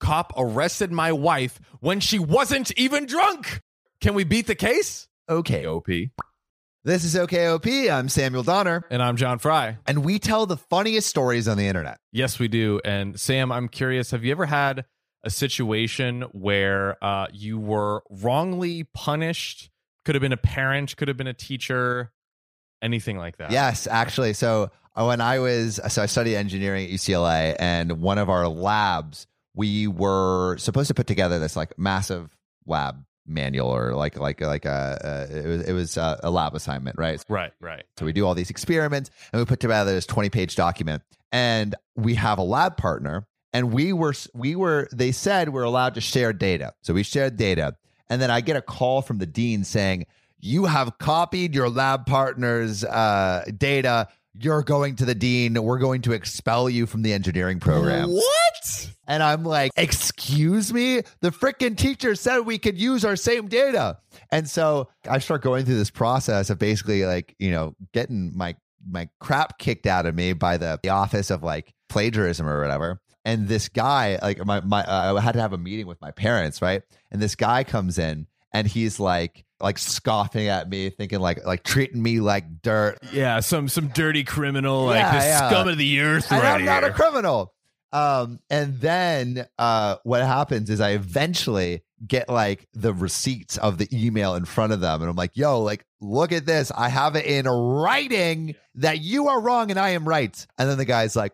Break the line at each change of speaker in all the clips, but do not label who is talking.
cop arrested my wife when she wasn't even drunk. Can we beat the case?
Okay.
OP.
This is OKOP. I'm Samuel Donner,
And I'm John Fry.
and we tell the funniest stories on the internet.
Yes, we do. And Sam, I'm curious have you ever had a situation where uh, you were wrongly punished? Could have been a parent, could have been a teacher, anything like that.
Yes, actually. So uh, when I was, so I studied engineering at UCLA, and one of our labs, we were supposed to put together this like massive lab manual or like like like a, uh it was it was uh, a lab assignment, right?
Right, right.
So we do all these experiments, and we put together this twenty page document, and we have a lab partner, and we were we were they said we're allowed to share data, so we shared data, and then I get a call from the dean saying you have copied your lab partner's uh, data. You're going to the dean. We're going to expel you from the engineering program.
What?
And I'm like, excuse me? The freaking teacher said we could use our same data. And so I start going through this process of basically like, you know, getting my my crap kicked out of me by the, the office of like plagiarism or whatever. And this guy, like my my uh, I had to have a meeting with my parents, right? And this guy comes in and he's like like scoffing at me, thinking like like treating me like dirt.
Yeah, some some dirty criminal, like
Yeah,
the
yeah.
scum of the earth.
and
right
I'm not a
here.
criminal. Um, and then uh, what happens is I eventually get like the receipts of the email in front of them, and I'm like, "Yo, like, look at this! I have it in writing that you are wrong and I am right." And then the guy's like,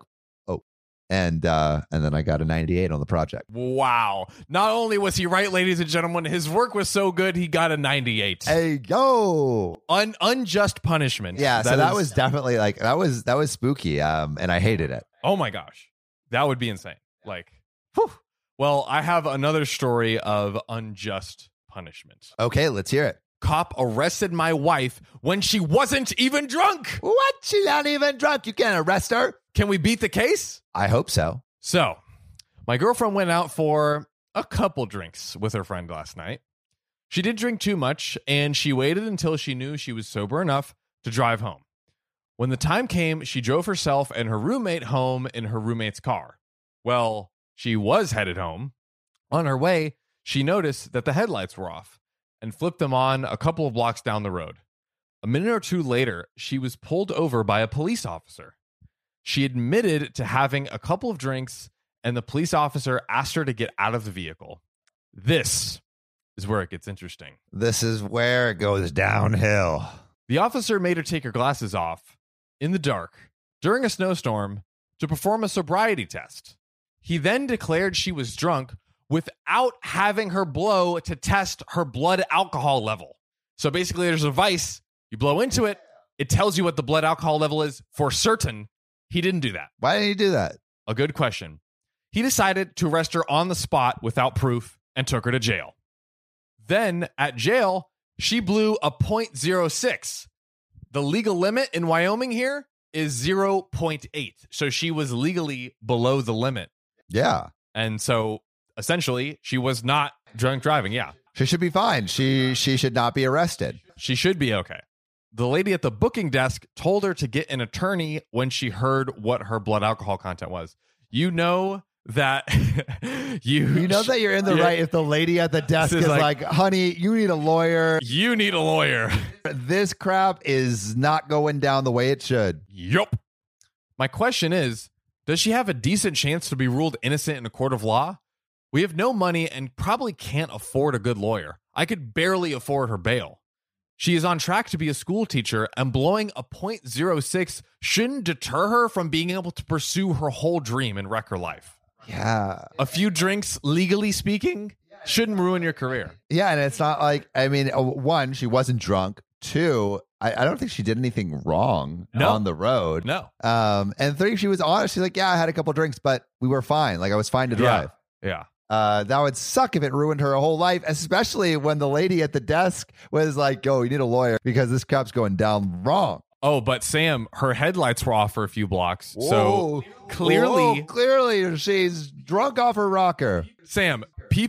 "Oh," and uh, and then I got a 98 on the project.
Wow. Not only was he right, ladies and gentlemen, his work was so good, he got a 98.
Hey, yo,
Un- unjust punishment.
yeah. so that
is-
was definitely like that was that was spooky. Um, and I hated it.
Oh my gosh. That would be insane. Like, whew. Well, I have another story of unjust punishment.
Okay, let's hear it.
Cop arrested my wife when she wasn't even drunk.
What? She's not even drunk. You can't arrest her.
Can we beat the case?
I hope so.
So, my girlfriend went out for a couple drinks with her friend last night. She did drink too much, and she waited until she knew she was sober enough to drive home. When the time came, she drove herself and her roommate home in her roommate's car. Well, she was headed home. On her way, she noticed that the headlights were off and flipped them on a couple of blocks down the road. A minute or two later, she was pulled over by a police officer. She admitted to having a couple of drinks, and the police officer asked her to get out of the vehicle. This is where it gets interesting.
This is where it goes downhill.
The officer made her take her glasses off in the dark during a snowstorm to perform a sobriety test. He then declared she was drunk without having her blow to test her blood alcohol level. So basically, there's a vice, you blow into it, it tells you what the blood alcohol level is for certain. He didn't do that.
Why didn't you do that?
A good question. He decided to arrest her on the spot without proof and took her to jail. Then at jail, she blew a 0.06. The legal limit in Wyoming here is 0.8. So she was legally below the limit.
Yeah.
And so essentially, she was not drunk driving. Yeah.
She should be fine. She she should not be arrested.
She should be okay. The lady at the booking desk told her to get an attorney when she heard what her blood alcohol content was. You know that you
You know that you're in the
Yeah.
right if the lady at the desk
This is
is like,
like-
honey, you need a lawyer.
you need a lawyer.
This crap is not going down the way it should.
yup. My question is, does she have a decent chance to be ruled innocent in a court of law? We have no money and probably can't afford a good lawyer. I could barely afford her bail. She is on track to be a school teacher, and blowing a .06 shouldn't deter her from being able to pursue her whole dream and wreck her life.
Yeah.
A few drinks, legally speaking, shouldn't ruin your career.
Yeah. And it's not like, I mean, uh, one, she wasn't drunk. Two, I, I don't think she did anything wrong
No.
on the road.
No.
Um, and three, she was honest. She's like, yeah, I had a couple drinks, but we were fine. Like I was fine to
Yeah.
drive.
Yeah.
uh, that would suck if it ruined her whole life, especially when the lady at the desk was like, "Yo, you need a lawyer because this cop's going down wrong."
Oh, but Sam, her headlights were off for a few blocks. So
Whoa.
clearly-
Whoa, clearly, she's drunk off her rocker.
Sam, people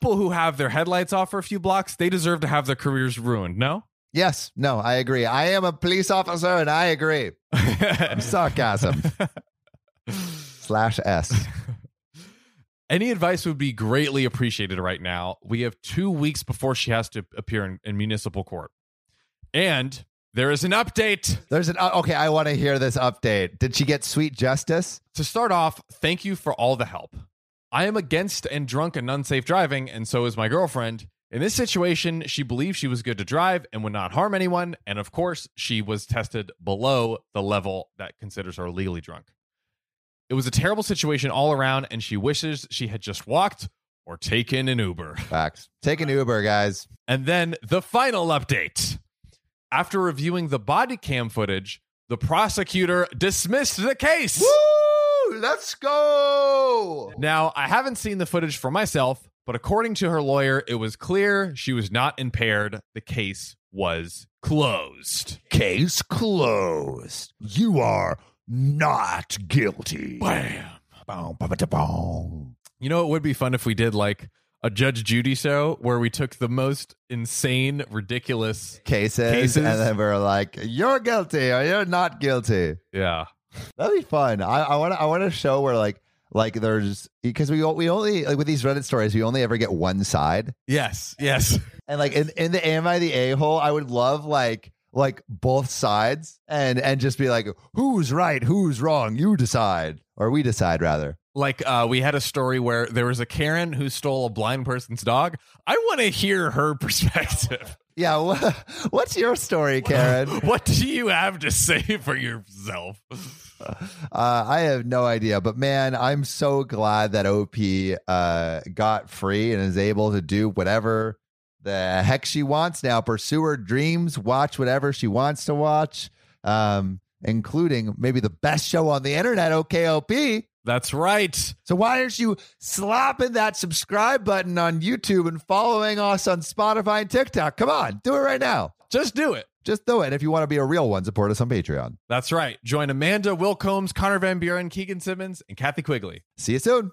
People who have their headlights off for a few blocks, they deserve to have their careers ruined. No?
Yes, no, I agree. I am a police officer and I agree. Sarcasm. Slash S.
Any advice would be greatly appreciated right now. We have two weeks before she has to appear in, in municipal court. And there is an update.
There's an oh, okay. I want to hear this update. Did she get sweet justice?
To start off, thank you for all the help. I am against and drunk and unsafe driving, and so is my girlfriend. In this situation, she believed she was good to drive and would not harm anyone, and of course, she was tested below the level that considers her legally drunk. It was a terrible situation all around, and she wishes she had just walked or taken an Uber.
Facts. Take an Uber, guys.
And then the final update. After reviewing the body cam footage, the prosecutor dismissed the case.
Woo! Let's go.
Now, I haven't seen the footage for myself, but according to her lawyer, it was clear she was not impaired. The case was closed.
Case closed. You are not guilty.
Bam.
Boom, ba, ba, da, boom.
You know, it would be fun if we did like a Judge Judy show where we took the most insane, ridiculous.
Cases,
Cases.
and then we're like, you're guilty or you're not guilty.
Yeah.
That'd be fun. I, I want to. I want to show where like like there's because we o- we only like with these Reddit stories we only ever get one side
Yes. Yes.
and like in in the am I the a hole I would love like like both sides and and just be like who's right who's wrong you decide or we decide rather
Like uh, we had a story where there was a Karen who stole a blind person's dog. I want to hear her perspective.
yeah wha- what's your story Karen uh,
what do you have to say for yourself?
Uh, I have no idea but man I'm so glad that OP uh got free and is able to do whatever the heck she wants now. Pursue her dreams, watch whatever she wants to watch, um, including maybe the best show on the internet, OKOP.
That's right.
So why aren't you slapping that subscribe button on YouTube and following us on Spotify and TikTok? Come on, do it right now.
Just do it.
Just do it. And if you want to be a real one, support us on Patreon.
That's right. Join Amanda, Will Combs, Connor Van Buren, Keegan Simmons, and Kathy Quigley.
See you soon.